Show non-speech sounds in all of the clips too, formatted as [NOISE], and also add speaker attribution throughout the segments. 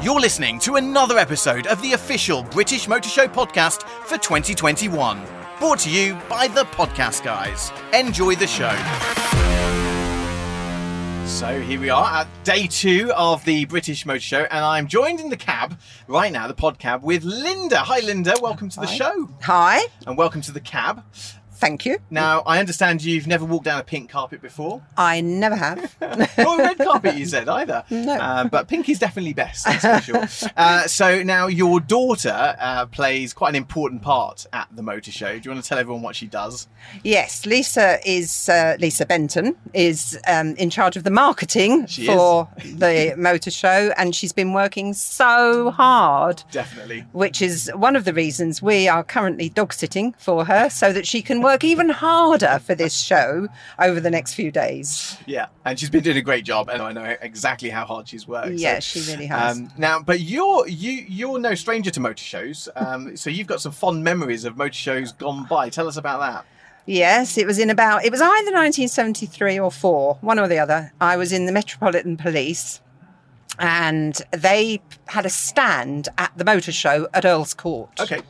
Speaker 1: You're listening to another episode of the official British Motor Show podcast for 2021. Brought to you by the Podcast Guys. Enjoy the show. So here we are at day two of the British Motor Show, and I'm joined in the cab right now, the pod cab, with Linda. Hi, Linda. Welcome to the show,
Speaker 2: Hi,
Speaker 1: and welcome to the cab.
Speaker 2: thank you.
Speaker 1: Now, I understand you've never walked down a pink carpet before,
Speaker 2: I
Speaker 1: [LAUGHS]
Speaker 2: never have.
Speaker 1: or a red carpet, you said either.
Speaker 2: [LAUGHS] No.
Speaker 1: Uh, but pink is definitely best, that's for sure. Uh, so now your daughter uh, plays quite an important part at the motor show. Do you want to tell everyone what she does?
Speaker 2: yes, Lisa is uh, Lisa Benton is um, in charge of the marketing
Speaker 1: She
Speaker 2: for the motor show, and she's been working so hard.
Speaker 1: Definitely.
Speaker 2: Which is one of the reasons we are currently dog sitting for her so that she can work even harder for this show over the next few days.
Speaker 1: Yeah. And she's been doing a great job, and I know exactly how hard she's worked. so-
Speaker 2: Yeah, she really has.
Speaker 1: Um, now, but you're you you're no stranger to motor shows, um, so you've got some fond memories of motor shows gone by. Tell us about that.
Speaker 2: Yes, it was in about, it was either 1973 or four, one or the other. I was in the Metropolitan Police and they had a stand at the motor show at Earl's Court
Speaker 1: Okay,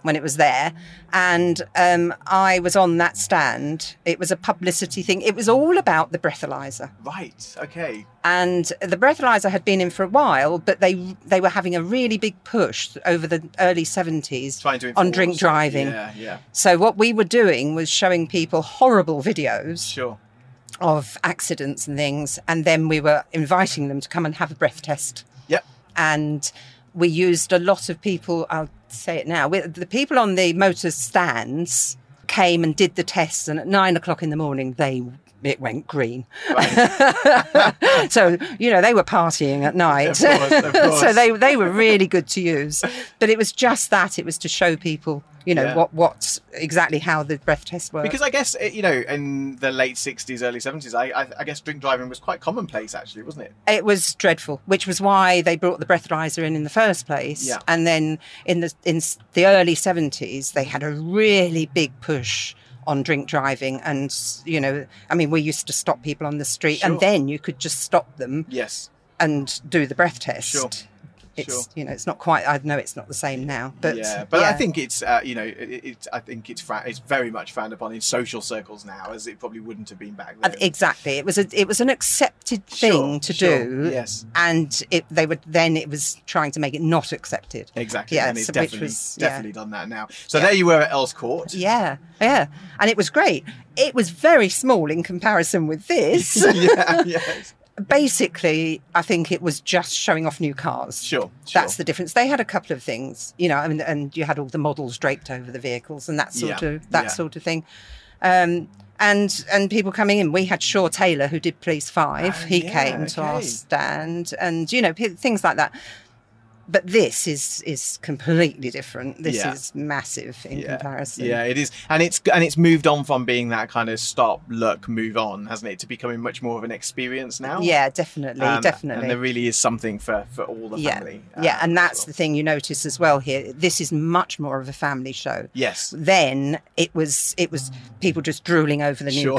Speaker 2: when it was there. And um, I was on that stand. It was a publicity thing, it was all about the breathalyzer.
Speaker 1: right. Okay,
Speaker 2: And the breathalyzer had been in for a while, but they, they were having a really big push over the early 70s
Speaker 1: trying to
Speaker 2: on
Speaker 1: enforce-
Speaker 2: drink driving.
Speaker 1: Yeah, yeah,
Speaker 2: So, what we were doing was showing people horrible videos
Speaker 1: sure.
Speaker 2: of accidents and things. And then we were inviting them to come and have a breath test.
Speaker 1: Yep.
Speaker 2: And we used a lot of people, I'll say it now, we, the people on the motor stands came and did the tests. And at nine o'clock in the morning, they it went green. [LAUGHS] so, you know, they were partying at night.
Speaker 1: Of course, of course.
Speaker 2: [LAUGHS] so they, they were really good to use. But it was just that, it was to show people, you know,
Speaker 1: Yeah.
Speaker 2: what, what exactly how the breath test works.
Speaker 1: Because I guess eh, you know, in the late '60s, early '70s, I, I, I guess drink driving was quite commonplace, actually, wasn't it?
Speaker 2: It was dreadful, which was why they brought the breathalyzer in in the first place.
Speaker 1: Yeah.
Speaker 2: And then in the in s- the early seventies, they had a really big push on drink driving, and s- you know, I mean, we used to stop people on the street,
Speaker 1: Sure.
Speaker 2: and then you could just stop them
Speaker 1: Yes,
Speaker 2: and do the breath test.
Speaker 1: Sure.
Speaker 2: It's
Speaker 1: Sure.
Speaker 2: you know, it's not quite. I know it's not the same now, but
Speaker 1: yeah. But I
Speaker 2: yeah.
Speaker 1: think it's uh, you know, it, it, I think it's fra- it's very much frowned upon in social circles now, as it probably wouldn't have been back
Speaker 2: Uh,
Speaker 1: then.
Speaker 2: exactly it was a it was an accepted
Speaker 1: Sure,
Speaker 2: thing to
Speaker 1: sure,
Speaker 2: do,
Speaker 1: Yes,
Speaker 2: and it they would then it was trying to make it not accepted.
Speaker 1: exactly.
Speaker 2: Yeah,
Speaker 1: and it's
Speaker 2: so which
Speaker 1: definitely
Speaker 2: was- yeah.
Speaker 1: definitely done that now. So there you were at Earl's Court.
Speaker 2: Yeah, yeah. And it was great. It was very small in comparison with this.
Speaker 1: [LAUGHS] [LAUGHS] yeah, yes.
Speaker 2: Basically, I think it was just showing off new cars.
Speaker 1: Sure, sure.
Speaker 2: That's the difference. They had a couple of things, you know, I mean, and you had all the models draped over the vehicles and that sort
Speaker 1: Yeah,
Speaker 2: of that
Speaker 1: yeah.
Speaker 2: sort of thing. Um, and and people coming in. We had Shaw Taylor who did Police Five.
Speaker 1: Oh,
Speaker 2: he
Speaker 1: yeah,
Speaker 2: came to our
Speaker 1: okay.
Speaker 2: stand, and you know p- things like that. But this is is completely different. This
Speaker 1: Yeah.
Speaker 2: is massive in comparison.
Speaker 1: Yeah, it is, and it's and it's moved on from being that kind of stop, look, move on, hasn't it, to becoming much more of an experience now.
Speaker 2: Yeah, definitely,
Speaker 1: Um,
Speaker 2: definitely.
Speaker 1: And there really is something for for all the
Speaker 2: yeah,
Speaker 1: family.
Speaker 2: yeah,
Speaker 1: uh,
Speaker 2: and
Speaker 1: as
Speaker 2: that's
Speaker 1: well.
Speaker 2: the thing you notice as well here. This is much more of a family show.
Speaker 1: yes.
Speaker 2: Then it was it was people just drooling over the new
Speaker 1: Sure.
Speaker 2: [LAUGHS]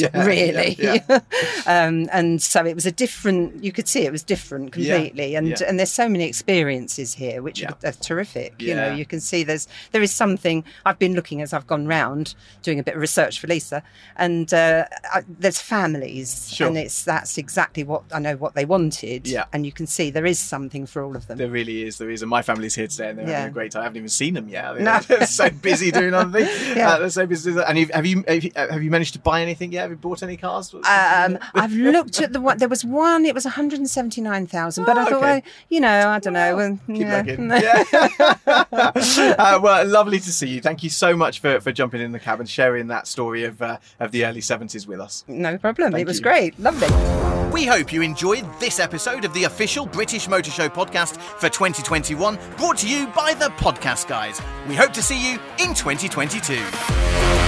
Speaker 1: [LAUGHS] Yeah,
Speaker 2: really.
Speaker 1: yeah,
Speaker 2: [LAUGHS] um, and so it was a different. You could see it was different
Speaker 1: Yeah,
Speaker 2: completely. and
Speaker 1: yeah.
Speaker 2: and there's so many experiences here which
Speaker 1: Yeah.
Speaker 2: are, are terrific. You
Speaker 1: Yeah.
Speaker 2: know, you can see there's there is something. I've been looking as I've gone round doing a bit of research for Lisa, and uh, I, there's families,
Speaker 1: Sure.
Speaker 2: and it's that's exactly what I know what they wanted.
Speaker 1: Yeah.
Speaker 2: and you can see there is something for all of them.
Speaker 1: There really is. There is. And my family's here today and they're
Speaker 2: Yeah.
Speaker 1: having a great time. I haven't even seen them yet.
Speaker 2: No.
Speaker 1: [LAUGHS] They're so busy doing other things.
Speaker 2: [LAUGHS] Yeah.
Speaker 1: Uh, they're so busy. doing that. And you've, have, you, have you have you managed to buy anything yet? Have you bought any cars? [LAUGHS]
Speaker 2: Um, I've looked at the one. There was one. It was one hundred and seventy nine thousand. But
Speaker 1: Oh,
Speaker 2: I thought,
Speaker 1: okay.
Speaker 2: well, you know, I don't know. Well,
Speaker 1: Keep
Speaker 2: yeah.
Speaker 1: looking. Yeah. [LAUGHS] uh, well, lovely to see you. Thank you so much for, for jumping in the cab and sharing that story of uh, of the early seventies with us.
Speaker 2: [LAUGHS] No problem.
Speaker 1: Thank
Speaker 2: it was
Speaker 1: you.
Speaker 2: great. Lovely.
Speaker 1: We hope you enjoyed this episode of the official British Motor Show podcast for 2021, brought to you by the Podcast Guys. We hope to see you in 2022.